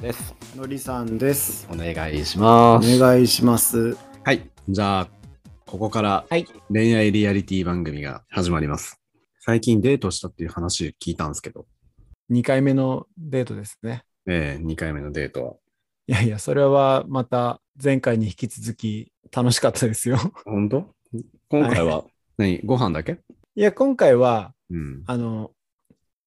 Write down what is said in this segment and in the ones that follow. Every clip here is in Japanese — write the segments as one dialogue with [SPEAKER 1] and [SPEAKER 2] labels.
[SPEAKER 1] です。
[SPEAKER 2] のりさんです。
[SPEAKER 3] お願いし
[SPEAKER 2] お
[SPEAKER 3] ます。
[SPEAKER 2] 願いします。
[SPEAKER 3] はい。じゃあ、ここから
[SPEAKER 1] はい
[SPEAKER 3] 恋愛リアリティ番組が始まります。最近デートしたっていう話聞いたんですけど、
[SPEAKER 1] 2回目のデートですね。
[SPEAKER 3] ええ2回目のデート
[SPEAKER 1] いやいや、それはまた前回に引き続き楽しかったですよ。
[SPEAKER 3] は。本当今回は、何ご飯だけ
[SPEAKER 1] いや、今回は、
[SPEAKER 3] うん。
[SPEAKER 1] あの、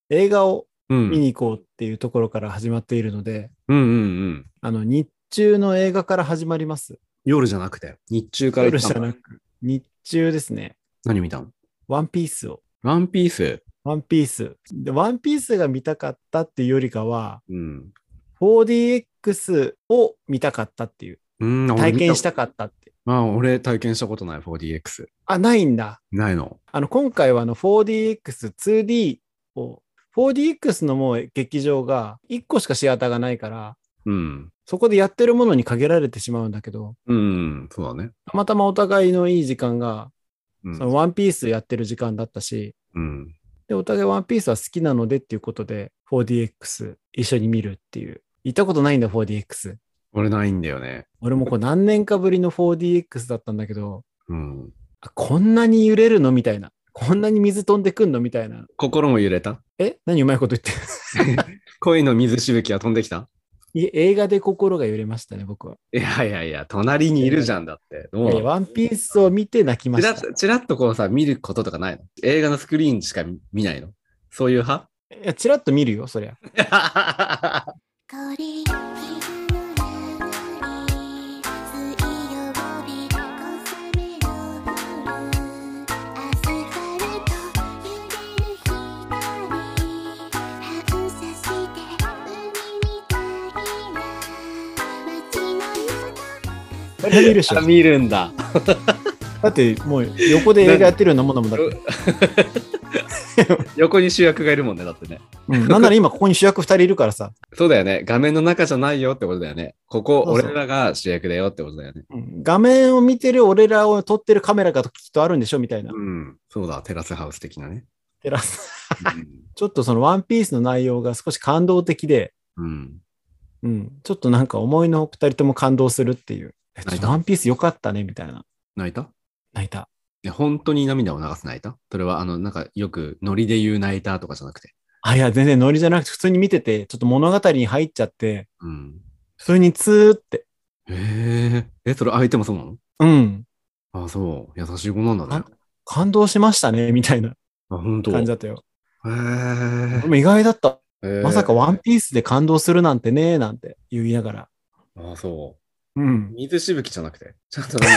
[SPEAKER 1] 映画を
[SPEAKER 3] うん。う
[SPEAKER 1] 見
[SPEAKER 3] ん
[SPEAKER 1] に行こうっていうところから始まっているので、
[SPEAKER 3] うんうん。
[SPEAKER 1] あの、日中の映画から始まります。
[SPEAKER 3] 夜じゃなくて、日中から
[SPEAKER 1] 夜
[SPEAKER 3] 行っ
[SPEAKER 1] じ
[SPEAKER 3] た
[SPEAKER 1] ゃ
[SPEAKER 3] の
[SPEAKER 1] なく、日中ですね、
[SPEAKER 3] 何見たの
[SPEAKER 1] ワンピースを。
[SPEAKER 3] ワンピース。
[SPEAKER 1] ワンピース。で、ワンピースが見たかったっていうよりかは、
[SPEAKER 3] うん。
[SPEAKER 1] 4DX を見たかったっていう、
[SPEAKER 3] うん、俺
[SPEAKER 1] 体
[SPEAKER 3] 見
[SPEAKER 1] 験した。かったって。
[SPEAKER 3] あ、俺体験したことない、4DX。
[SPEAKER 1] あ、ないんだ。
[SPEAKER 3] ないの。
[SPEAKER 1] あの、今回はあの 4DX、2D を、4DX のもう劇場が1個しかシアターがないから、
[SPEAKER 3] うん。
[SPEAKER 1] そこでやってるものに限られてしまうんだけど、
[SPEAKER 3] うん、そうだね。
[SPEAKER 1] たまたまお互いのいい時間が、
[SPEAKER 3] う
[SPEAKER 1] その
[SPEAKER 3] ん。
[SPEAKER 1] ワンピースやってる時間だったし、
[SPEAKER 3] うん、
[SPEAKER 1] で、お互いワンピースは好きなのでっていうことで、4DX 一緒に見るっていう。行ったことないんだ、4DX。
[SPEAKER 3] 俺ないんだよね。
[SPEAKER 1] 俺もこう何年かぶりの 4DX だったんだけど、
[SPEAKER 3] うん。
[SPEAKER 1] あこんなに揺れるのみたいな。こんなに水飛んでくんのみたいな。
[SPEAKER 3] 心も揺れ た
[SPEAKER 1] え何うまいこと言ってる
[SPEAKER 3] 恋の水しぶきが飛んできた
[SPEAKER 1] いえ映画で心が揺れましたね、僕は。
[SPEAKER 3] いやいやいや、隣にいるじゃんだって。どう
[SPEAKER 1] いやワンピースを見て泣きま
[SPEAKER 3] チ
[SPEAKER 1] し
[SPEAKER 3] ラ
[SPEAKER 1] た。
[SPEAKER 3] ッチラッとこうさ、見ることとかないの映画のスクリーンしか見ないのそういう 派
[SPEAKER 1] いや、ちらっと見るよ、そりゃ。
[SPEAKER 4] 香り花が鳴り水曜日小雨の夜アスファルト揺れる光反射して海みたいな街の中
[SPEAKER 1] それ見るでしょ。
[SPEAKER 3] 見るんだ。
[SPEAKER 1] だって、もう横で映画やってるようなもんだもんだって。
[SPEAKER 3] 横に主役がいるもんね、だってね。
[SPEAKER 1] うんなんなら今ここに主役2人いるからさ、
[SPEAKER 3] そうだよね。画面の中じゃないよってことだよね。ここ、
[SPEAKER 1] そうそう
[SPEAKER 3] 俺らが主役だよってことだよね。
[SPEAKER 1] うん画面を見てる俺らを撮ってるカメラがきっとあるんでしょみたいな。
[SPEAKER 3] うん。そうだ、テラスハウス的なね。
[SPEAKER 1] テラスちょっとそのワンピースの内容が少し感動的で、
[SPEAKER 3] うん。うん
[SPEAKER 1] うん、ちょっとなんか思いの2人とも感動するっていう。え
[SPEAKER 3] 泣いた
[SPEAKER 1] ちょっとワンピース良かったね、みたいな。
[SPEAKER 3] 泣いた
[SPEAKER 1] 泣いた。
[SPEAKER 3] いや本当に涙を流す泣いたそれは、あの、なんかよくノリで言う泣いたとかじゃなくて。
[SPEAKER 1] あ、いや、全然ノリじゃなくて、普通に見てて、ちょっと物語に入っちゃって、
[SPEAKER 3] うん。
[SPEAKER 1] 普通にツーって。
[SPEAKER 3] へえ。え、それ相手もそうなの
[SPEAKER 1] うん。
[SPEAKER 3] あそう。優しい子なんだね。
[SPEAKER 1] 感動しましたね、みたいな
[SPEAKER 3] あ、本当。
[SPEAKER 1] 感じだったよ。
[SPEAKER 3] へ
[SPEAKER 1] でも意外だった。
[SPEAKER 3] え。
[SPEAKER 1] まさかワンピースで感動するなんてね、なんて言いながら。
[SPEAKER 3] あ、そうう。
[SPEAKER 1] ん。
[SPEAKER 3] 水しぶきじゃなくて。ちゃんと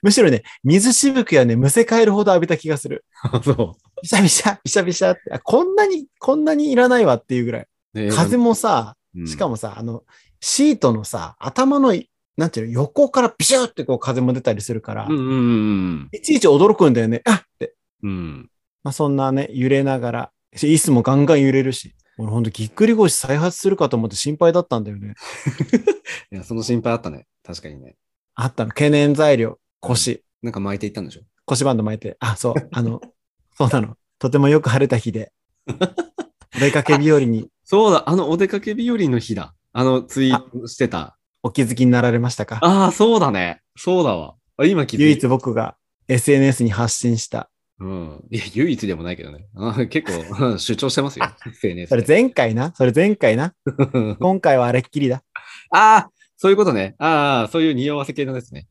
[SPEAKER 1] むしろね、水しぶきはね、むせ返るほど浴びた気がする。
[SPEAKER 3] あ、そ
[SPEAKER 1] びしゃびしゃ、びしゃびしゃって。あこんなに、こんなにいらないわっていうぐらい。
[SPEAKER 3] う。ね
[SPEAKER 1] 風、もさ、
[SPEAKER 3] うん
[SPEAKER 1] しかもさ、あの、シートのさ、頭のい、なんていうの、横からビシューってこう風も出たりするから、
[SPEAKER 3] うんうんうん
[SPEAKER 1] いちいち驚くんだよね。あっって。
[SPEAKER 3] うん。うん。
[SPEAKER 1] まあ、そんなね、揺れながら、し椅子もガンガン揺れるし、俺ほんとぎっくり腰再発するかと思って心配だったんだよね。
[SPEAKER 3] いや、その心配あったね。確かにね。
[SPEAKER 1] あったの、懸念材料、腰、
[SPEAKER 3] なんか巻いていったんでしょ
[SPEAKER 1] 腰バンド巻いて、あ、そう、あの、 そうなの、とてもよく晴れた日で、お出かけ日和に
[SPEAKER 3] そうだ、あのお出かけ日和の日だ。あのツイートしてた。
[SPEAKER 1] お気づきになられましたか
[SPEAKER 3] ああ、そうだね。そうだわ。あ今気づいた
[SPEAKER 1] 唯一僕が SNS に発信した。
[SPEAKER 3] うん。いや、唯一でもないけどね。あ結構、うん主張してますよ。SNS
[SPEAKER 1] そ れ前回な、それ前回な、今回はあれっきりだ。
[SPEAKER 3] ああ、そういうことね。ああ、そういう匂わせ系のですね。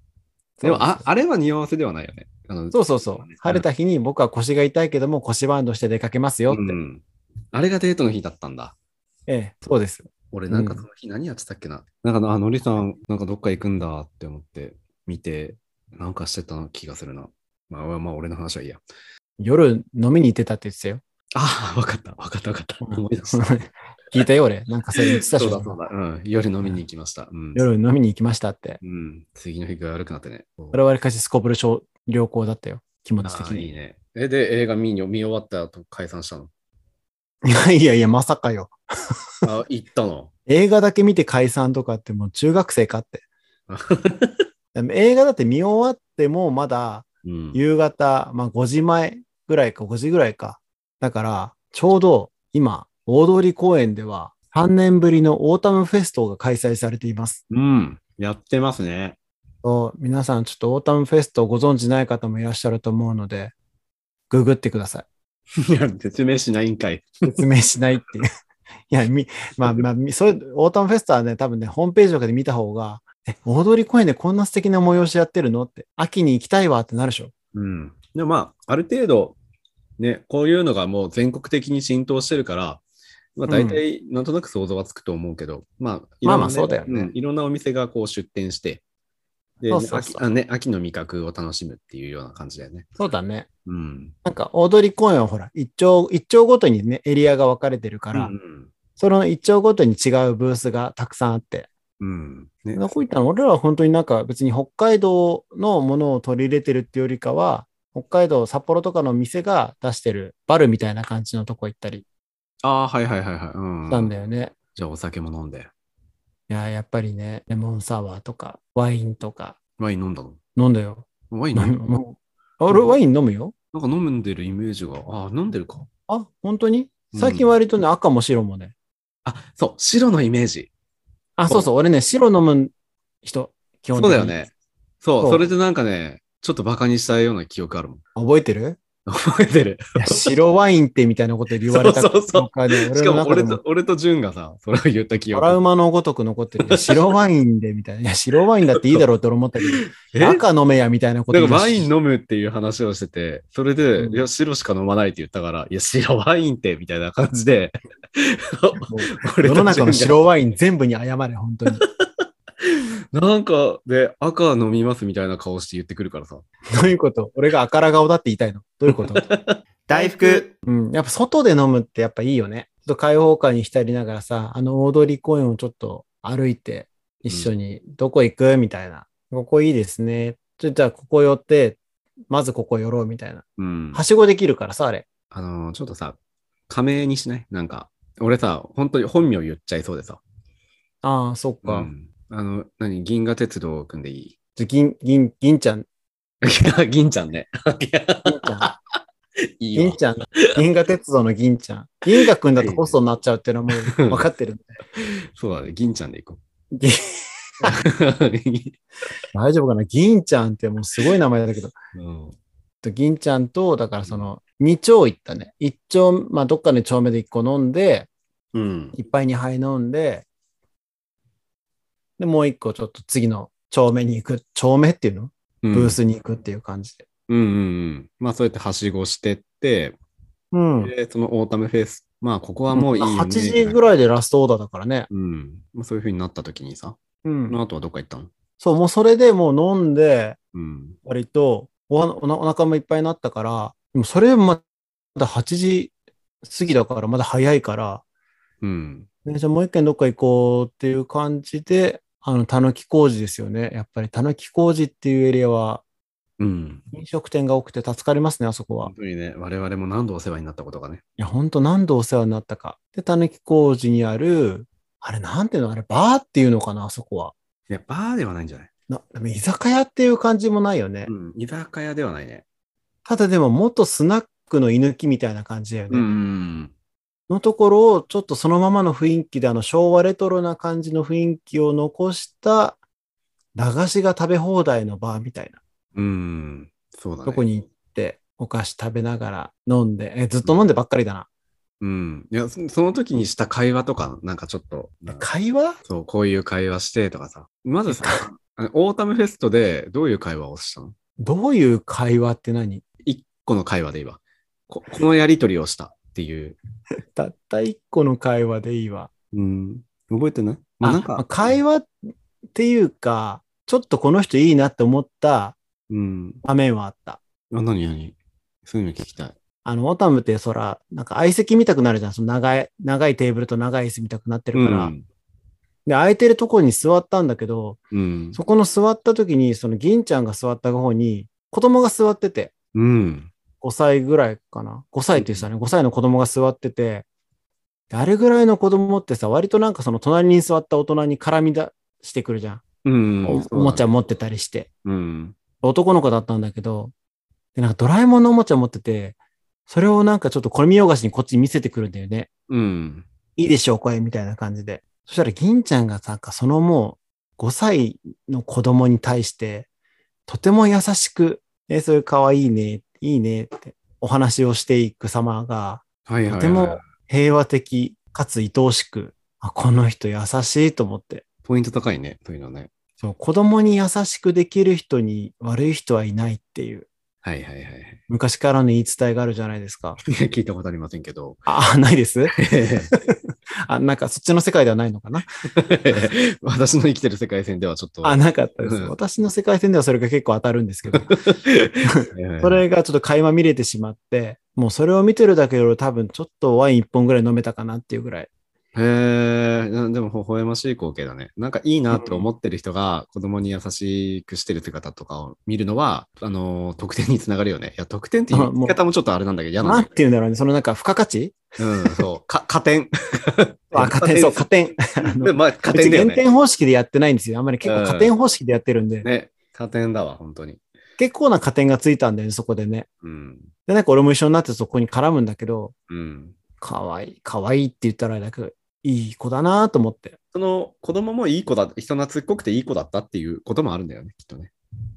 [SPEAKER 3] でも、あ、あれは匂わせではないよね。あの
[SPEAKER 1] そうそうそう。晴れた日に僕は腰が痛いけども腰バンドして出かけますよって。
[SPEAKER 3] うん。あれがデートの日だったんだ。
[SPEAKER 1] ええ、そうです。
[SPEAKER 3] 俺、なんか
[SPEAKER 1] うん
[SPEAKER 3] その日何やってたっけな。なんか、あ、のりさん、なんかどっか行くんだって思って、見て、なんかしてた気がするな。まあ、まあ、俺の話はいいや。
[SPEAKER 1] 夜飲みに行ってたって言ってたよ。
[SPEAKER 3] ああ、わかった、わかった、わかった。思い出した。
[SPEAKER 1] 聞いたよ、俺。なん かそれ言ってたでし
[SPEAKER 3] そう
[SPEAKER 1] ょ
[SPEAKER 3] だ、そうだ。うん。夜飲みに行きました。うん。
[SPEAKER 1] 夜飲みに行きましたって。
[SPEAKER 3] うん。次の日が悪くなってね。
[SPEAKER 1] それはわりかしすこぶる小良好だったよ。気持ち
[SPEAKER 3] あ
[SPEAKER 1] 的
[SPEAKER 3] あいい
[SPEAKER 1] に。
[SPEAKER 3] ね。え、で、映画見に見終わった後解散したの。
[SPEAKER 1] いやいやいや、まさかよ。
[SPEAKER 3] あ、行ったの。
[SPEAKER 1] 映画だけ見て解散とかってもう中学生かって。でも映画だって見終わってもまだ
[SPEAKER 3] うん。
[SPEAKER 1] 夕方、まあ5時前ぐらいか5時ぐらいか。だから、ちょうど今、大通公園では3年ぶりのオータムフェストが開催されています。
[SPEAKER 3] うん。やってます ね。
[SPEAKER 1] そう皆さん、ちょっとオータムフェストをご存知ない方もいらっしゃると思うので、ググってください。
[SPEAKER 3] いや、説明しないんかい。
[SPEAKER 1] 説明しないっていう。い や、み、まあまあ、みそれ、オータムフェスタはね、多分ね、ホームページとかで見た方が、え、大通公園でこんな素敵な催しやってるのって、秋に行きたいわってなるでしょ。
[SPEAKER 3] うん。でもまあ、ある程度、ね、こういうのがもう全国的に浸透してるから、まあ大体なんとなく想像はつくと思うけど、まあ、いろんな
[SPEAKER 1] まあまあそうだよね
[SPEAKER 3] んいろんなお店がこう出店して、で、
[SPEAKER 1] そうそうそう
[SPEAKER 3] 秋あね、秋の味覚を楽しむっていうような感じだよね。
[SPEAKER 1] そうだね。
[SPEAKER 3] うん。
[SPEAKER 1] なんか、大通公園はほら、一丁、一丁ごとにね、エリアが分かれてるから、
[SPEAKER 3] うん
[SPEAKER 1] その一丁ごとに違うブースがたくさんあって、
[SPEAKER 3] うん。ね、
[SPEAKER 1] こういったの、俺らは本当になんか別に北海道のものを取り入れてるっていうよりかは、北海道、札幌とかの店が出してるバルみたいな感じのとこ行ったり
[SPEAKER 3] ああ、はいはいはいはい。うん。
[SPEAKER 1] したんだよね。
[SPEAKER 3] じゃあお酒も飲んで。
[SPEAKER 1] いや、やっぱりね、レモンサワーとか、ワインとか、
[SPEAKER 3] ワイン飲んだの
[SPEAKER 1] 飲んだよ。
[SPEAKER 3] ワイン飲
[SPEAKER 1] 飲
[SPEAKER 3] んだ
[SPEAKER 1] むあ俺、ワイン飲むよ。
[SPEAKER 3] なんか飲んでるイメージが、ああ、飲んでるか。
[SPEAKER 1] あ、本当に
[SPEAKER 3] うん
[SPEAKER 1] 最近割とね、赤も白もね。
[SPEAKER 3] あ、そう、白のイメージ。
[SPEAKER 1] あ、そうそう、俺ね、白飲む人、基
[SPEAKER 3] そ
[SPEAKER 1] 本
[SPEAKER 3] う
[SPEAKER 1] 的に。
[SPEAKER 3] だよね。。そう、
[SPEAKER 1] そう
[SPEAKER 3] それでなんかね、ちょっとバカにしたような記憶あるもん。
[SPEAKER 1] 覚えてる
[SPEAKER 3] 覚えてる。
[SPEAKER 1] いや白ワインってみたいなこと言われた
[SPEAKER 3] そうそうそう
[SPEAKER 1] のかね、
[SPEAKER 3] し
[SPEAKER 1] 俺
[SPEAKER 3] か
[SPEAKER 1] の
[SPEAKER 3] も
[SPEAKER 1] 中で
[SPEAKER 3] 俺
[SPEAKER 1] も
[SPEAKER 3] と、、俺と淳がさ、それを言った記
[SPEAKER 1] トラウ
[SPEAKER 3] 憶。
[SPEAKER 1] マのごとく残っ てる。いや白ワインで、みたいな。いや、白ワインだっていいだろうって俺思ったけ
[SPEAKER 3] え
[SPEAKER 1] ど、赤飲めや、みたいなこと
[SPEAKER 3] なん
[SPEAKER 1] 言
[SPEAKER 3] か
[SPEAKER 1] うし
[SPEAKER 3] ワイン飲むっていう話をしてて、それで、
[SPEAKER 1] うん
[SPEAKER 3] いや、白しか飲まないって言ったから、いや、白ワインって、みたいな感じで、
[SPEAKER 1] もう
[SPEAKER 3] 俺
[SPEAKER 1] 世
[SPEAKER 3] と
[SPEAKER 1] の
[SPEAKER 3] 淳
[SPEAKER 1] 中の
[SPEAKER 3] が
[SPEAKER 1] 白ワイン全部に謝れ、本当に。
[SPEAKER 3] なんか、で、赤飲みますみたいな顔して言ってくるからさ。
[SPEAKER 1] どういうこと俺が赤ら顔だって言いたいのどういうこと
[SPEAKER 2] 大福
[SPEAKER 1] うん、やっぱ外で飲むってやっぱいいよね。ちょっと開放感に浸りながらさ、あの大通公園をちょっと歩いて、一緒にどこ行くみたいな。ここいいですね。ちょじゃあここ寄って、まずここ寄ろうみたいな。
[SPEAKER 3] うん。
[SPEAKER 1] はしごできるからさ、あれ。
[SPEAKER 3] あのーちょっとさ、仮名にしないなんか、俺さ、本当に本名言っちゃいそうでさ。
[SPEAKER 1] ああ、そっか。
[SPEAKER 3] うんあの、何銀河鉄道を組んでいい
[SPEAKER 1] じゃ銀、銀、銀ちゃん、
[SPEAKER 3] 銀ちゃんね。いや
[SPEAKER 1] 銀ちゃん、
[SPEAKER 3] いい
[SPEAKER 1] 銀
[SPEAKER 3] わ。
[SPEAKER 1] ちゃん、銀河鉄道の銀ちゃん。銀河くんだとホストになっちゃうっていうのはもう分かってるんで。
[SPEAKER 3] そうだね。銀ちゃんでいこ
[SPEAKER 1] 銀
[SPEAKER 3] う。
[SPEAKER 1] 大丈夫かな銀ちゃんってもうすごい名前だけど。
[SPEAKER 3] うん
[SPEAKER 1] と銀ちゃんと、だからその、二丁行ったね。一丁、まあ、どっかの丁目で一個飲んで、
[SPEAKER 3] うん。
[SPEAKER 1] 一杯二杯飲んで、で、もう一個ちょっと次の丁目に行く。丁目っていうの
[SPEAKER 3] ブ
[SPEAKER 1] ブー。スに行くっていう感じで。
[SPEAKER 3] うんうんうん。まあそうやってはしごしてって、
[SPEAKER 1] うん。
[SPEAKER 3] で、そのオータムフェス、まあここはもういいよね。
[SPEAKER 1] 8時ぐらいでラストオーダーだからね。
[SPEAKER 3] うん。まあ、そういう風になった時にさ、
[SPEAKER 1] う
[SPEAKER 3] その
[SPEAKER 1] ん。
[SPEAKER 3] 後はどっか行ったの
[SPEAKER 1] そう、もうそれでもう飲んで、
[SPEAKER 3] うん。
[SPEAKER 1] 割とおはおなお腹もいっぱいになったから、でもそれまだ8時過ぎだから、まだ早いから、
[SPEAKER 3] うん。
[SPEAKER 1] ねじゃあもう一軒どっか行こうっていう感じで、あの、たぬき工事ですよね。やっぱりたぬき工事っていうエリアは
[SPEAKER 3] うん。
[SPEAKER 1] 飲食店が多くて助かりますね、あそこは。い
[SPEAKER 3] 本当にね、我々も何度お世話になったことがね。
[SPEAKER 1] や、ほんと何度お世話になったか。で、たぬき工事にある、あれなんていうのあれ、バーっていうのかな、あそこは。
[SPEAKER 3] いや、バーではないんじゃない
[SPEAKER 1] なでも居酒屋っていう感じもないよね。
[SPEAKER 3] うん。居酒屋ではないね。
[SPEAKER 1] ただでも元スナックの居抜きみたいな感じだよね。
[SPEAKER 3] ん。
[SPEAKER 1] のところをちょっとそのままの雰囲気であの昭和レトロな感じの雰囲気を残した駄菓子が食べ放題のバーみたいな
[SPEAKER 3] うん。そうだね。
[SPEAKER 1] とこに行ってお菓子食べながら飲んで、えずっと飲んでばっかりだな。
[SPEAKER 3] うん。いや、そその時にした会話とか、なんかちょっと、なんか
[SPEAKER 1] 会話
[SPEAKER 3] そう、こういう会話してとかさ。まずさ、あオータムフェストでどういう会話をしたの
[SPEAKER 1] どういう会話って何
[SPEAKER 3] 一個の会話でいいわ。ここのやりとりをしたっていう。
[SPEAKER 1] たった一個の会話でいいわ。
[SPEAKER 3] うん。覚えてない
[SPEAKER 1] あまあ会話っていうか、ちょっとこの人いいなって思った
[SPEAKER 3] うん。
[SPEAKER 1] 場面はあった。
[SPEAKER 3] あ、なになにそういうの聞きたい。
[SPEAKER 1] あの、オタムってそら、なんか相席見たくなるじゃん。その長い、長いテーブルと長い椅子見たくなってるから。
[SPEAKER 3] うん。
[SPEAKER 1] で、空いてるとこに座ったんだけど、
[SPEAKER 3] うん。
[SPEAKER 1] そこの座った時に、その銀ちゃんが座った方に、子供が座ってて、
[SPEAKER 3] うん。
[SPEAKER 1] 5歳ぐらいかな。5歳って言ってたね。5歳の子供が座ってて、であれぐらいの子供ってさ、割となんかその隣に座った大人に絡みだしてくるじゃん。
[SPEAKER 3] うん。
[SPEAKER 1] おおもちゃ持ってたりして。
[SPEAKER 3] うん。
[SPEAKER 1] 男の子だったんだけど、で、なんかドラえもんのおもちゃ持ってて、それをなんかちょっとこれ見よがしにこっちに見せてくるんだよね。
[SPEAKER 3] うん。
[SPEAKER 1] いいでしょう、これ、みたいな感じで。そしたら、銀ちゃんがなんか、そのもう、5歳の子供に対して、とても優しく、え、それかわいいね、いいねって、お話をしていく様が、
[SPEAKER 3] はいはい、はい。
[SPEAKER 1] とても平和的、かつ愛おしく、あ、この人優しいと思って。
[SPEAKER 3] ポイント高いね、というのね。
[SPEAKER 1] そう、子供に優しくできる人に悪い人はいないっていう、
[SPEAKER 3] はいはいはいはい。
[SPEAKER 1] 昔からの言い伝えがあるじゃないですか。
[SPEAKER 3] 聞いたことありませんけ ど。
[SPEAKER 1] あ、ないですあ、なんかそっちの世界ではないのかな
[SPEAKER 3] 私の生きてる世界線ではちょっと。
[SPEAKER 1] あ、なかったです。
[SPEAKER 3] うん
[SPEAKER 1] 私の世界線ではそれが結構当たるんで すけど、
[SPEAKER 3] はいはいはい
[SPEAKER 1] それがちょっと垣間見れてしまって、もうそれを見てるだけで俺多分ちょっとワイン1本ぐらい飲めたかなっていうぐらい。
[SPEAKER 3] へえ、なでも微笑ましい光景だね。なんかいいなって思ってる人が子供に優しくしてる姿とかを見るのは、あのー、得点につながるよね。いや、得点っていう言い方もちょっとあれなんだけど、嫌
[SPEAKER 1] な
[SPEAKER 3] なんの。
[SPEAKER 1] ていうんだろうね。そのなんか付加価値
[SPEAKER 3] うん、そう。か、 加点。
[SPEAKER 1] あ、加点、そう、加点。あの
[SPEAKER 3] で まあ、加
[SPEAKER 1] うち
[SPEAKER 3] 点だよ
[SPEAKER 1] 減
[SPEAKER 3] ね。
[SPEAKER 1] 点方式でやってないんですよ。あんまり結構加点方式でやってるんで、
[SPEAKER 3] ね、加点だわ、本当に。
[SPEAKER 1] 結構な加点がついたんだよね、そこでね。
[SPEAKER 3] うん。
[SPEAKER 1] で、なんか俺も一緒になってそこに絡むんだけど、
[SPEAKER 3] うん。
[SPEAKER 1] かわいい、かわいいって言ったらあれだけど、いい子だなと思って。
[SPEAKER 3] その子供もいい子だ、人懐っこくていい子だったっていうこともあるんだよね、きっとね。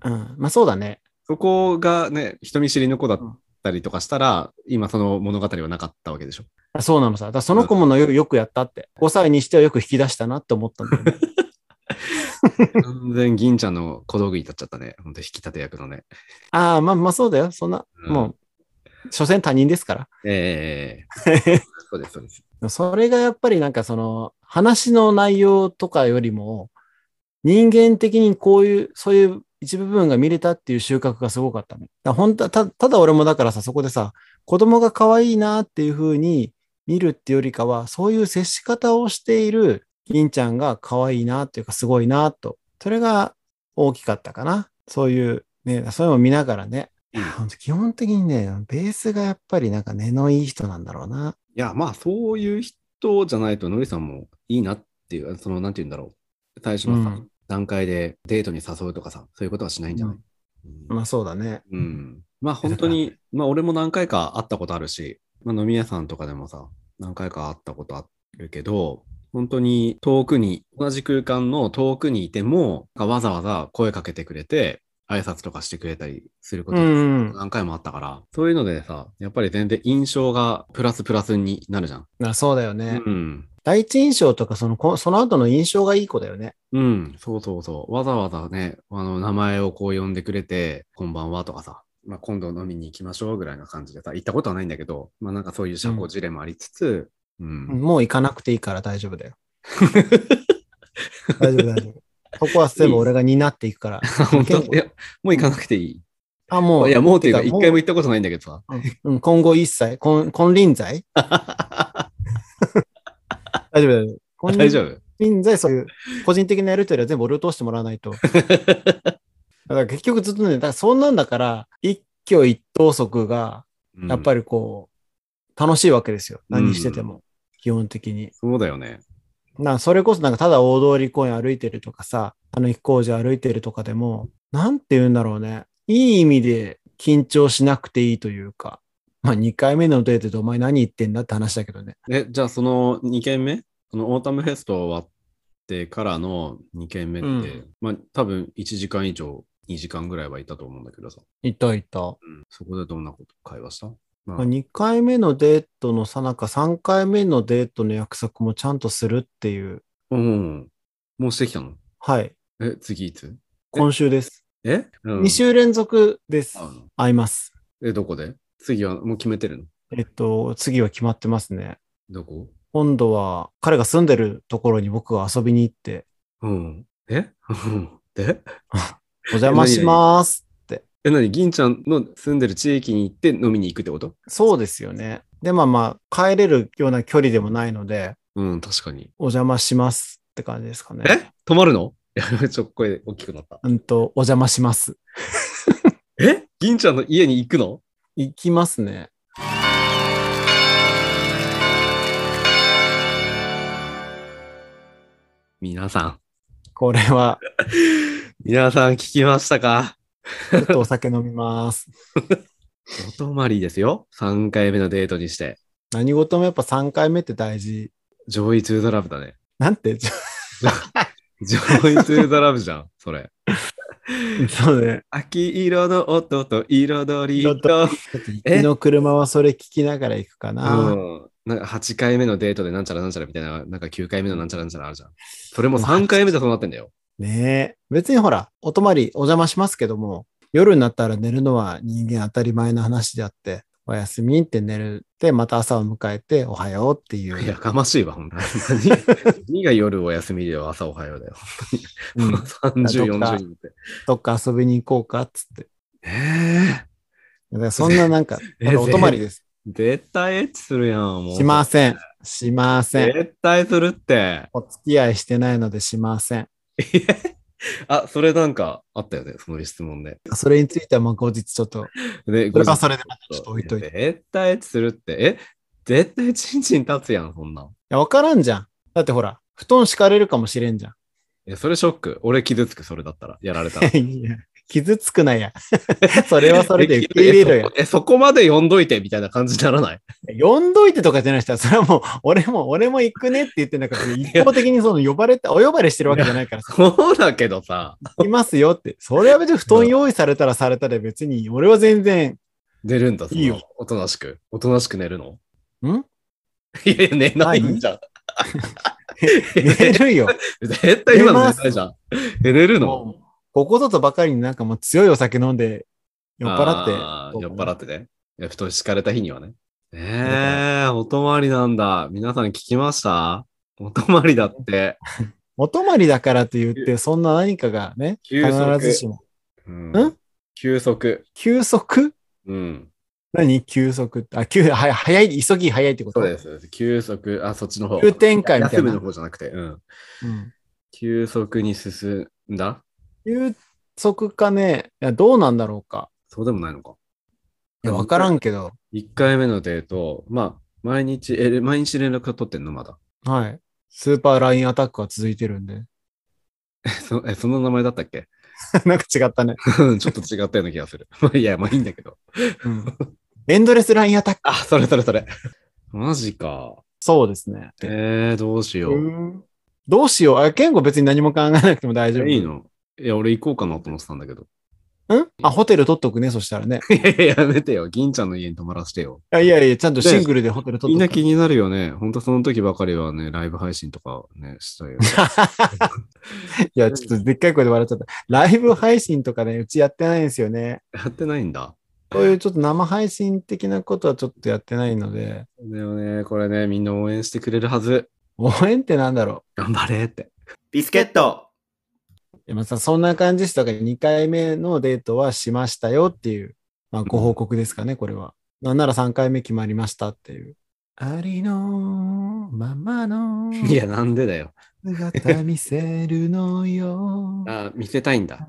[SPEAKER 1] うん。まあそうだね。
[SPEAKER 3] そこがね、人見知りの子だったりとかしたら、今その物語はなかったわけでしょ。
[SPEAKER 1] あそうなのさ。だからその子ものよよくやったって。5歳にしてはよく引き出したなって思ったん だよね。
[SPEAKER 3] 完全銀ちゃんの小道具に立っちゃったね。本当引き立て役のね。
[SPEAKER 1] ああ、まあまあそうだよ。そんな、
[SPEAKER 3] うん
[SPEAKER 1] もう、所詮他人ですか
[SPEAKER 3] ええそうです、そうです。
[SPEAKER 1] ら。それがやっぱりなんかその、話の内容とかよりも、人間的にこういう、そういう一部分が見れたっていう収穫がすごかったね。だから本当はた、ただ俺もだからさ、そこでさ、子供が可愛いなっていう風に見るってよりかは、そういう接し方をしている銀ちゃんが可愛いなっていうか、すごいなと。それが大きかったかな。そういう、ね、そういうのを見ながらね。いやほんと基本的にね、ベースがやっぱりなんか根のいい人なんだろうな。
[SPEAKER 3] いや、まあ、そういう人じゃないと、のりさんもいいなっていう、その、なんて言うんだろう。最初のさ、
[SPEAKER 1] うん
[SPEAKER 3] 段階でデートに誘うとかさ、そういうことはしないんじゃない、うん
[SPEAKER 1] まあそうだね。
[SPEAKER 3] うんまあ本当に、まあ俺も何回か会ったことあるし、まあ、飲み屋さんとかでもさ、何回か会ったことあるけど、本当に遠くに、同じ空間の遠くにいても、わざわざ声かけてくれて、挨拶とかしてくれたりするこ
[SPEAKER 1] う
[SPEAKER 3] と
[SPEAKER 1] ん、
[SPEAKER 3] 何回もあったから、そういうのでさ、やっぱり全然印象がプラスプラスになるじゃん。
[SPEAKER 1] あそうだよね。
[SPEAKER 3] うん。
[SPEAKER 1] 第一印象とかそのこ、その後の印象がいい子だよね。
[SPEAKER 3] うん、そうそうそう。わざわざね、あの、名前をこう呼んでくれて、こんばんはとかさ、まあ、今度飲みに行きましょうぐらいな感じでさ、行ったことはないんだけど、まあ、なんかそういう社交辞令もありつつ、うん。
[SPEAKER 1] もう行かなくていいから大丈夫 だよ。大丈夫、大丈夫。そこは全部俺が担ってい くから。
[SPEAKER 3] あ本当いや、もう行かなくてい
[SPEAKER 1] あ、もう。
[SPEAKER 3] い。いや、もうっていうか、
[SPEAKER 1] て
[SPEAKER 3] 一回も行ったことないんだけどさ。
[SPEAKER 1] うんうん、今後一切、金金 輪際大丈夫、大丈夫。
[SPEAKER 3] 大丈夫
[SPEAKER 1] 金輪際、そういう、個人的なやりとりは全部俺を通してもらわ ないと。だから結局ずっとね、だからそんなんだから、一挙一投足が、やっぱ
[SPEAKER 3] り。
[SPEAKER 1] りこう、楽しいわけですよ。
[SPEAKER 3] うん
[SPEAKER 1] 何してても、基本的に。
[SPEAKER 3] そうだよね。
[SPEAKER 1] な、それこそなんかただ大通公園歩いてるとかさ、あの一工事歩いてるとかでも、なんて言うんだろうね。いい意味で緊張しなくていいというか、まあ2回目のデートでお前何言ってんだって話だけどね。
[SPEAKER 3] え、じゃあその2軒目そのオータムフェスト終わってからの2軒目って、
[SPEAKER 1] うん
[SPEAKER 3] まあ多分1時間以上、2時間ぐらいはいたと思うんだけどさ。
[SPEAKER 1] いたいた。
[SPEAKER 3] うんそこでどんなこと会話したまあ
[SPEAKER 1] まあ、2回目のデートのさなか、3回目のデートの約束もちゃんとするっていう。
[SPEAKER 3] うん。もうしてきたの
[SPEAKER 1] はい。
[SPEAKER 3] え、次いつ
[SPEAKER 1] 今週です。
[SPEAKER 3] え、うん
[SPEAKER 1] 2週連続です
[SPEAKER 3] 会。うの
[SPEAKER 1] 会います。
[SPEAKER 3] え、どこで次はもう決めてるの
[SPEAKER 1] えっと、次は決まってますね。
[SPEAKER 3] どこ
[SPEAKER 1] 今度は彼が住んでるところに僕が遊びに行って、
[SPEAKER 3] うん。え で
[SPEAKER 1] お邪魔します。
[SPEAKER 3] え、なに銀ちゃんの住んでる地域に行って飲みに行くってこと
[SPEAKER 1] そうですよね。で、まあまあ、帰れるような距離でもないので、
[SPEAKER 3] うん、確かに。
[SPEAKER 1] お邪魔しますって感じですかね。
[SPEAKER 3] え泊まるのいやちょっと声大きくなった。
[SPEAKER 1] うんと、お邪魔します。
[SPEAKER 3] え銀ちゃんの家に行くの
[SPEAKER 1] 行きますね。
[SPEAKER 3] 皆さん。
[SPEAKER 1] これは、
[SPEAKER 3] 皆さん聞きましたか
[SPEAKER 1] ちょっとお酒飲みます。
[SPEAKER 3] お泊まりですよ。3回目のデートにして。
[SPEAKER 1] 何事もやっぱ3回目って大事
[SPEAKER 3] 上位トゥーザラブだね。
[SPEAKER 1] なんて、ち
[SPEAKER 3] 上位トゥーザラブじゃん、それ。
[SPEAKER 1] ょ そうね。
[SPEAKER 3] 秋色の音と彩りと。
[SPEAKER 1] ちょっと行きの車はそれ聞きながら行くかな。
[SPEAKER 3] うんなんか8回目のデートでなんちゃらなんちゃらみたいな、なんか9回目のなんちゃらなんちゃらあるじゃん。それも3回目でそうなってんだよ。
[SPEAKER 1] ねえ。別にほら、お泊まりお邪魔しますけども、夜になったら寝るのは人間当たり前の話であって、おやすみって寝る。で、また朝を迎えて、おはようっていう。
[SPEAKER 3] やかましいわ、ほ んとに。何何が夜お休みで朝おはようだよ。
[SPEAKER 1] うん
[SPEAKER 3] 30、40
[SPEAKER 1] だとか
[SPEAKER 3] 人って。
[SPEAKER 1] どっか遊びに行こうかっつって。
[SPEAKER 3] え
[SPEAKER 1] だからそんななん か、
[SPEAKER 3] え
[SPEAKER 1] ただお泊まりです。
[SPEAKER 3] ー、絶対エッチするやん、もう。
[SPEAKER 1] しません。しません。
[SPEAKER 3] 絶対するって。
[SPEAKER 1] お付き合いしてないのでしません。
[SPEAKER 3] あ、それなんかあったよね、その質問で。
[SPEAKER 1] それについてはまあ後日ちょっと、
[SPEAKER 3] で、
[SPEAKER 1] それは
[SPEAKER 3] ご
[SPEAKER 1] それでまたちょっと置いといて。い
[SPEAKER 3] 絶対エッチするって。え絶対チンチン立つやん、そんなん。
[SPEAKER 1] や、わからんじゃん。だってほら、布団敷かれるかもしれんじ ゃん。。
[SPEAKER 3] いや、それショック。俺傷つく、それだったら。やられたら
[SPEAKER 1] いや傷つくな や。それはそれで受け入れろや
[SPEAKER 3] え。そこえ、そこまで呼んどいて、みたいな感じにならない。
[SPEAKER 1] 呼んどいてとかじゃない人は、それはもう、 俺も、俺も行くねって言ってなんか、一方的にその呼ばれて、お呼ばれしてるわけじゃないか ら、
[SPEAKER 3] そうだけどさ、
[SPEAKER 1] 行きますよって。それは別に布団用意されたらされたで別に、俺は全然、
[SPEAKER 3] 寝るんだ、その
[SPEAKER 1] いいよ。
[SPEAKER 3] おとなしく。おとなしく寝るの
[SPEAKER 1] ん
[SPEAKER 3] いやいや、寝ないんじゃん。
[SPEAKER 1] 寝るよ。
[SPEAKER 3] 絶対今の寝ないじゃん。え寝るの
[SPEAKER 1] もうここぞとばかりになんかもう強いお酒飲んで、酔っ払って
[SPEAKER 3] あ。ー酔っ払
[SPEAKER 1] っ
[SPEAKER 3] ってね。いや、布団敷かれた日にはね。えー、お泊まりなんだ。皆さん聞きましたお泊まりだって。
[SPEAKER 1] お泊まりだからと言って、そんな何かがね、
[SPEAKER 3] 休
[SPEAKER 1] 必
[SPEAKER 3] 息。
[SPEAKER 1] ずしも。
[SPEAKER 3] うん
[SPEAKER 1] ん
[SPEAKER 3] 休息。
[SPEAKER 1] 休息
[SPEAKER 3] うん。
[SPEAKER 1] 何休息って。あ、休、は早い、急ぎ早いってこと
[SPEAKER 3] そうですそうです。休息。あ、そっちの方。
[SPEAKER 1] 急展開みたい
[SPEAKER 3] 休み
[SPEAKER 1] な
[SPEAKER 3] の。方じゃなくて。うん。
[SPEAKER 1] うん
[SPEAKER 3] 休息に進んだ
[SPEAKER 1] 休息かね、いやどうなんだろうか。
[SPEAKER 3] そうでもないのか。
[SPEAKER 1] いや、わからんけど。
[SPEAKER 3] 1回目のデート、まあ、毎日、え、毎日連絡取ってんのまだ。
[SPEAKER 1] はい。スーパーラインアタックは続いてるんで。
[SPEAKER 3] えそえ、その名前だったっけ
[SPEAKER 1] なんか違ったね。
[SPEAKER 3] うんちょっと違ったような気がする。 まあ、いや、まあいいんだけど。
[SPEAKER 1] うん。エンドレスラインアタック。
[SPEAKER 3] あ、それそれそれ。マジか。
[SPEAKER 1] そうですね。
[SPEAKER 3] えー、どうしよう。
[SPEAKER 1] うんどうしよう。あ、健吾別に何も考えなくても大丈夫。
[SPEAKER 3] いいのいや、俺行こうかなと思ってたんだけど。
[SPEAKER 1] うんあ、ホテル取っとくね、そしたらね。
[SPEAKER 3] いやいや、やめてよ。銀ちゃんの家に泊まらせてよ。
[SPEAKER 1] いやいやいや、ちゃんとシングルでホテル取
[SPEAKER 3] みん
[SPEAKER 1] っ
[SPEAKER 3] な
[SPEAKER 1] とくか
[SPEAKER 3] 気になるよね。ほんとその時ばかりはね、ライブ配信とかね、したいよ。
[SPEAKER 1] ら。 いや、ちょっとでっかい声で笑っちゃった。ライブ配信とかね、うちやってないんですよね。
[SPEAKER 3] やってないんだ。
[SPEAKER 1] こういうちょっと生配信的なことはちょっとやってないので、
[SPEAKER 3] だよね、これね、みんな応援してくれるはず。
[SPEAKER 1] 応援ってなんだろう。
[SPEAKER 3] 頑張れって。
[SPEAKER 2] ビスケット
[SPEAKER 1] まあさ、そんな感じでしたから、2回目のデートはしましたよっていう、まあ、ご報告ですかね、これは。なんなら3回目決まりましたっていう。ありのままの
[SPEAKER 3] いや、なんでだよ。
[SPEAKER 1] 姿見せるの よ。
[SPEAKER 3] あ、見せたいんだ。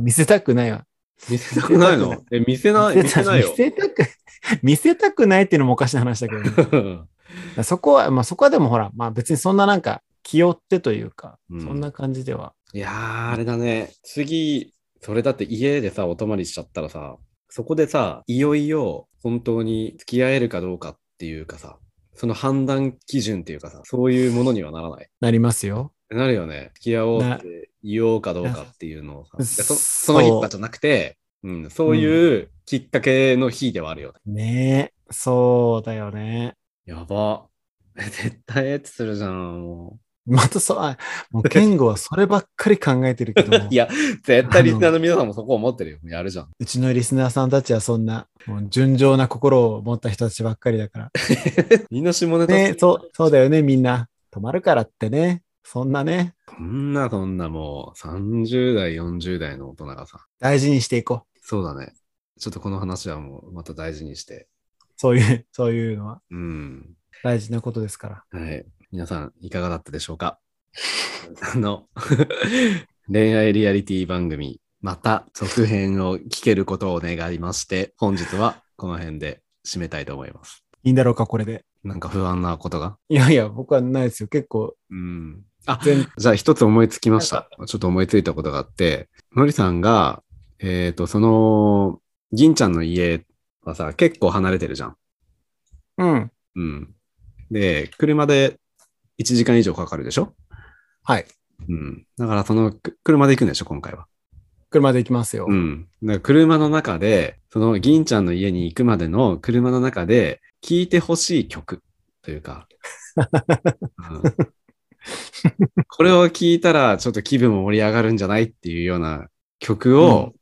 [SPEAKER 1] 見せたくないわ。
[SPEAKER 3] 見せたくないのえ、 見せない、見せないよ
[SPEAKER 1] 見。せたく、 見せたくないっていうのもおかしな話だけどね、
[SPEAKER 3] うん
[SPEAKER 1] そこは、まあそこはでもほら、まあ別にそんななんか気負ってというか、
[SPEAKER 3] うん
[SPEAKER 1] そんな感じでは。
[SPEAKER 3] いやー、あれだね。次、それだって家でさ、お泊まりしちゃったらさ、そこでさ、いよいよ本当に付き合えるかどうかっていうかさ、その判断基準っていうかさ、そういうものにはならない。
[SPEAKER 1] なりますよ。
[SPEAKER 3] なるよね。付き合おう
[SPEAKER 1] な
[SPEAKER 3] って言おうかどうかっていうのをさ、
[SPEAKER 1] な
[SPEAKER 3] でそ
[SPEAKER 1] そ
[SPEAKER 3] そうの日とかじゃなくて、うん、そういうきっかけの日ではあるよね。
[SPEAKER 1] ねえ、そうだよね。
[SPEAKER 3] やば。 え絶対エッチするじゃん、も
[SPEAKER 1] またそう、あもう言語はそればっかり考えてるけども
[SPEAKER 3] う。いや、絶対リスナーの皆さんもそこ思ってるよ。やるじゃん。
[SPEAKER 1] うちのリスナーさんたちはそんな、もう純情な心を持った人たちばっかりだから。
[SPEAKER 3] みんな下ネタ
[SPEAKER 1] ね、そう、そうだよね、みんな。止まるからってね。そんなね、
[SPEAKER 3] そんなそんなもう30代、40代の大人がさ、
[SPEAKER 1] 大事にしていこう。
[SPEAKER 3] そうだね。ちょっとこの話はもうまた大事にして。
[SPEAKER 1] そういう、そういうのは
[SPEAKER 3] うん。
[SPEAKER 1] 大事なことですから。
[SPEAKER 3] はい。皆さん、いかがだったでしょう かあの、 恋愛リアリティ番組、また続編を聞けることを願いまして、本日はこの辺で締めたいと思います。
[SPEAKER 1] いいんだろうか、これで。
[SPEAKER 3] なんか不安なことが
[SPEAKER 1] いやいや、僕はないですよ。結構、
[SPEAKER 3] うん。あ、
[SPEAKER 1] 全
[SPEAKER 3] じゃあ一つ思いつきました。ちょっと思いついたことがあって、のりさんが、えっ、と、その、銀ちゃんの家はさ、結構離れてるじゃん。
[SPEAKER 1] うん。
[SPEAKER 3] うん。で、車で1 1時間以上かかるでしょ
[SPEAKER 1] はい。
[SPEAKER 3] うん。だからその、く車で行くんでしょ今回は。
[SPEAKER 1] 車で行きますよ。
[SPEAKER 3] うん。だから車の中で、その銀ちゃんの家に行くまでの車の中で聴いてほしい曲という か。うんこれを聴いたらちょっと気分も盛り上がるんじゃないっていうような曲を、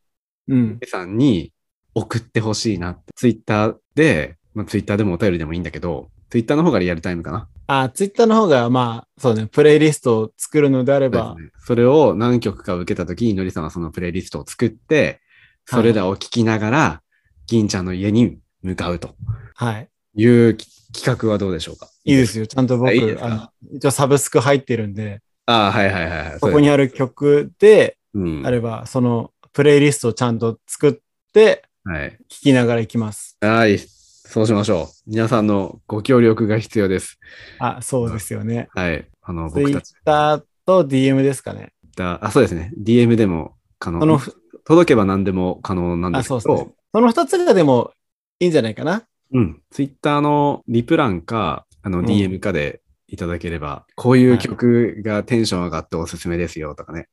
[SPEAKER 1] うん。
[SPEAKER 3] 皆さんに送ってほしいなって。ツイッターで、まあ、ツイッターでもお便りでもいいんだけど、ツイッターの方がリアルタイムかな。
[SPEAKER 1] あ、ツイッターの方が、まあ、そうね、プレイリストを作るのであれば
[SPEAKER 3] そ、うですねそれを何曲か受けた時にのりさんはそのプレイリストを作って、それらを聞きながら、銀ちゃんの家に向かうと
[SPEAKER 1] はい。
[SPEAKER 3] いうき企画はどうでしょうか
[SPEAKER 1] いいですよ。ちゃんと僕、
[SPEAKER 3] あいいですか
[SPEAKER 1] あの一応サブスク入ってるんで、
[SPEAKER 3] ああ、はいはいはいはい。
[SPEAKER 1] ここに
[SPEAKER 3] あ
[SPEAKER 1] ある曲で
[SPEAKER 3] うん。
[SPEAKER 1] あれば、そのプレイリストをちゃんと作って、
[SPEAKER 3] はい。
[SPEAKER 1] 聴きながら行きます。
[SPEAKER 3] はい。そうしましょう。皆さんのご協力が必要です。
[SPEAKER 1] あ、そうですよね。
[SPEAKER 3] はい。あの、
[SPEAKER 1] ツイ
[SPEAKER 3] 僕
[SPEAKER 1] ッ
[SPEAKER 3] たち
[SPEAKER 1] ターと DM ですかね。
[SPEAKER 3] だ、あ、そうですね。DM でも可能。
[SPEAKER 1] そのふ、
[SPEAKER 3] 届けば何でも可能なんで
[SPEAKER 1] あ、
[SPEAKER 3] すけ
[SPEAKER 1] そう
[SPEAKER 3] ど、
[SPEAKER 1] そう、その二つがでもいいんじゃないかな。
[SPEAKER 3] うん。ツイッターのリプランか、あの
[SPEAKER 1] ん
[SPEAKER 3] DM かでいただければ、こういう曲がテンション上がっておすすめですよとかね。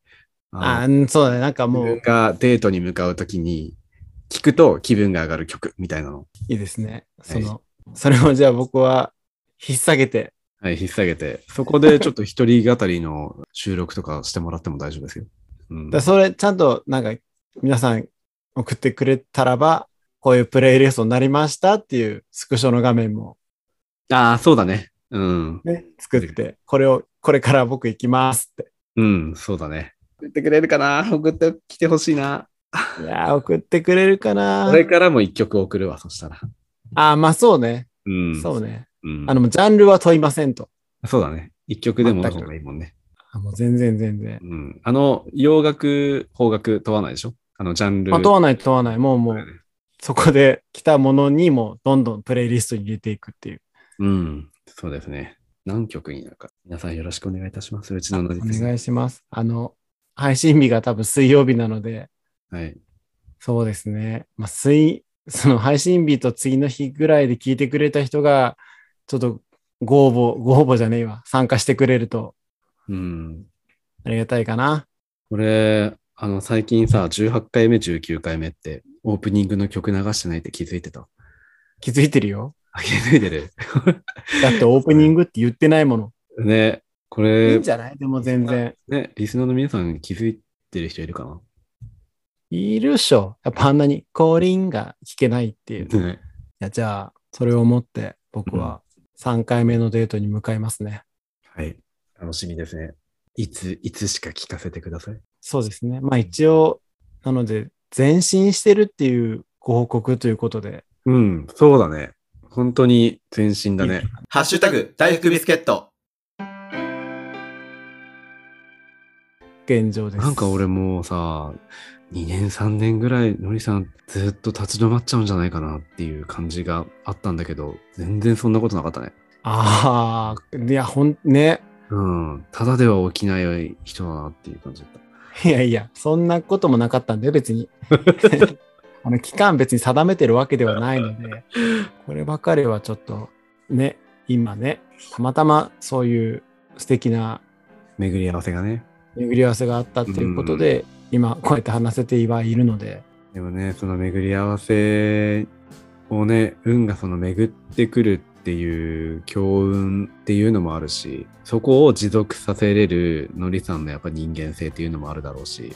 [SPEAKER 1] あ
[SPEAKER 3] の
[SPEAKER 1] うんそうだね。なんかも
[SPEAKER 3] 自
[SPEAKER 1] う
[SPEAKER 3] 分がデートに向かうときに、聞くと気分が上がる曲みたいなの。
[SPEAKER 1] いいですね。そ
[SPEAKER 3] はい
[SPEAKER 1] の、それをじゃあ僕は引っ提げて。
[SPEAKER 3] はい、引っ提げて。そこでちょっと一人語りの収録とかしてもらっても大丈夫ですよ。うん
[SPEAKER 1] だからそれちゃんとなんか皆さん送ってくれたらば、こういうプレイリストになりましたっていうスクショの画面も
[SPEAKER 3] ああ、そうだね。うん。
[SPEAKER 1] ね、作って、これを、これから僕行きますって。
[SPEAKER 3] うん、そうだね。送ってくれるかな送ってきてほしいな。
[SPEAKER 1] いやー、送ってくれるかな
[SPEAKER 3] これからも一曲送るわ、そしたら。
[SPEAKER 1] あー、まあそうね。
[SPEAKER 3] うん。
[SPEAKER 1] そうね。
[SPEAKER 3] うん
[SPEAKER 1] あの、ジャンルは問いませんと。
[SPEAKER 3] そうだね。一曲でもの
[SPEAKER 1] 全く
[SPEAKER 3] 方がいいもんね。
[SPEAKER 1] あもう全然全然。
[SPEAKER 3] うん。あの、洋楽、邦楽問わないでしょあの、ジャンル。
[SPEAKER 1] まあ、問わない問わない。もうもう
[SPEAKER 3] そうだ、
[SPEAKER 1] そこで来たものにもどんどんプレイリストに入れていくっていう。
[SPEAKER 3] うん。そうですね。何曲になるか。皆さんよろしくお願いいたします。うちの
[SPEAKER 1] お
[SPEAKER 3] のりです
[SPEAKER 1] 願いします。あの、配信日が多分水曜日なので、
[SPEAKER 3] はい。
[SPEAKER 1] そうですね。まあ、水、その配信日と次の日ぐらいで聞いてくれた人が、ちょっとご応募、ご応募じゃねえわ。参加してくれると
[SPEAKER 3] うん。
[SPEAKER 1] ありがたいかな。
[SPEAKER 3] これ、あの、最近さ、18回目、19回目って、オープニングの曲流してないって気づいてた。
[SPEAKER 1] 気づいてるよ。
[SPEAKER 3] あ気づいてる。
[SPEAKER 1] だってオープニングって言ってないもの。
[SPEAKER 3] ね。こ
[SPEAKER 1] いい
[SPEAKER 3] れ
[SPEAKER 1] ん、じゃないでも全然。
[SPEAKER 3] ね、リスナーの皆さん気づいてる人いるかない
[SPEAKER 1] るっしょ。やっぱあんなに降臨が聞けないっていう。い
[SPEAKER 3] ね。
[SPEAKER 1] や、じゃあ、それを思って僕は3回目のデートに向かいますね。
[SPEAKER 3] はい。楽しみですね。いつ、いつしか聞かせてください。
[SPEAKER 1] そうですね。まあ一応、なので、前進してるっていうご報告ということで、
[SPEAKER 3] うん、そうだね。本当に全身だね。
[SPEAKER 2] ハッシュタグ、大福ビスケット。
[SPEAKER 1] 現状です。
[SPEAKER 3] なんか俺もうさ、2年3年ぐらいのりさんずっと立ち止まっちゃうんじゃないかなっていう感じがあったんだけど、全然そんなことなかったね。
[SPEAKER 1] ああ、いや、ほん、ね。
[SPEAKER 3] うん。ただでは起きない人だなっていう感じだった。
[SPEAKER 1] いやいや、そんなこともなかったんで、別 に。あの、期間別に定めてるわけではないので、こればかりはちょっと、ね、今ね、たまたまそういう素敵な
[SPEAKER 3] 巡り合わせがね。
[SPEAKER 1] 巡り合わせがあったっていうことで、今、こうやって話せてはいるので、
[SPEAKER 3] でもね、その巡り合わせをね、運がその巡ってくるっていう強運っていうのもあるし、そこを持続させれるのりさんのやっぱ人間性っていうのもあるだろうし、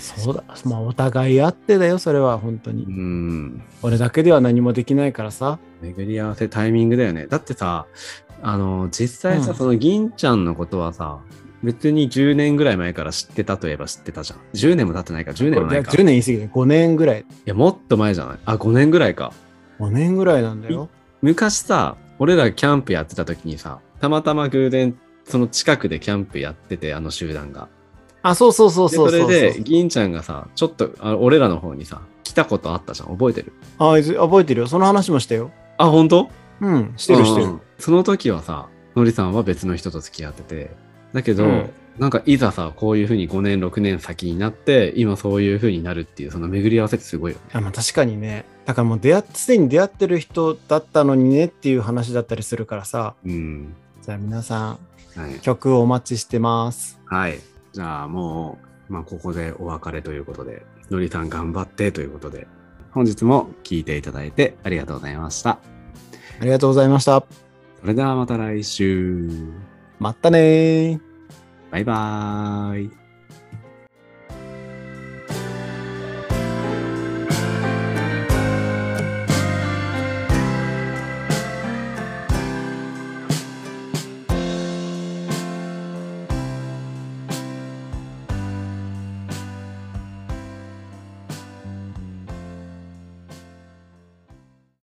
[SPEAKER 1] そうだ、まあ、お互いあってだよ、それは、本当
[SPEAKER 3] う
[SPEAKER 1] に。
[SPEAKER 3] ん、
[SPEAKER 1] 俺だけでは何もできないからさ。
[SPEAKER 3] 巡り合わせタイミングだよね。だってさ、あの、実際さ、
[SPEAKER 1] うん
[SPEAKER 3] その銀ちゃんのことはさ、別に10年ぐらい前から知ってたといえば知ってたじゃん。10年も経ってないか、10年もないか。
[SPEAKER 1] 10
[SPEAKER 3] い
[SPEAKER 1] 年言い過ぎて、5年ぐらい。
[SPEAKER 3] や、もっと前じゃないあ、5年ぐらいか。
[SPEAKER 1] 5年ぐらいなんだよ。
[SPEAKER 3] 昔さ、俺らキャンプやってた時にさ、たまたま偶然、その近くでキャンプやってて、あの集団が。
[SPEAKER 1] あ、そうそうそう
[SPEAKER 3] で
[SPEAKER 1] そううう。
[SPEAKER 3] それで、銀ちゃんがさ、ちょっとあ俺らの方にさ、来たことあったじゃん。覚えてる
[SPEAKER 1] あいず覚えてるよ。その話もしたよ。
[SPEAKER 3] あ、本当
[SPEAKER 1] うん、してるして
[SPEAKER 3] う
[SPEAKER 1] る。
[SPEAKER 3] んその時はさ、のりさんは別の人と付き合ってて、だけど、
[SPEAKER 1] うん
[SPEAKER 3] なんかいざさ、こういうふうに5年、6年先になって、今そういうふうになるっていう、その巡り合わせってすごいよね。
[SPEAKER 1] あまあ、確かにね。だからもう出会っ、すでに出会ってる人だったのにねっていう話だったりするからさ、
[SPEAKER 3] うん。
[SPEAKER 1] じゃあ皆さん、
[SPEAKER 3] はい。
[SPEAKER 1] 曲をお待ちしてます。
[SPEAKER 3] はい。じゃあもう、まあ、ここでお別れということで、のりさん頑張ってということで、本日も聞いていただいてありがとうございました。
[SPEAKER 1] ありがとうございました。
[SPEAKER 3] それではまた来週。
[SPEAKER 1] まったねー。
[SPEAKER 3] バイバーイ。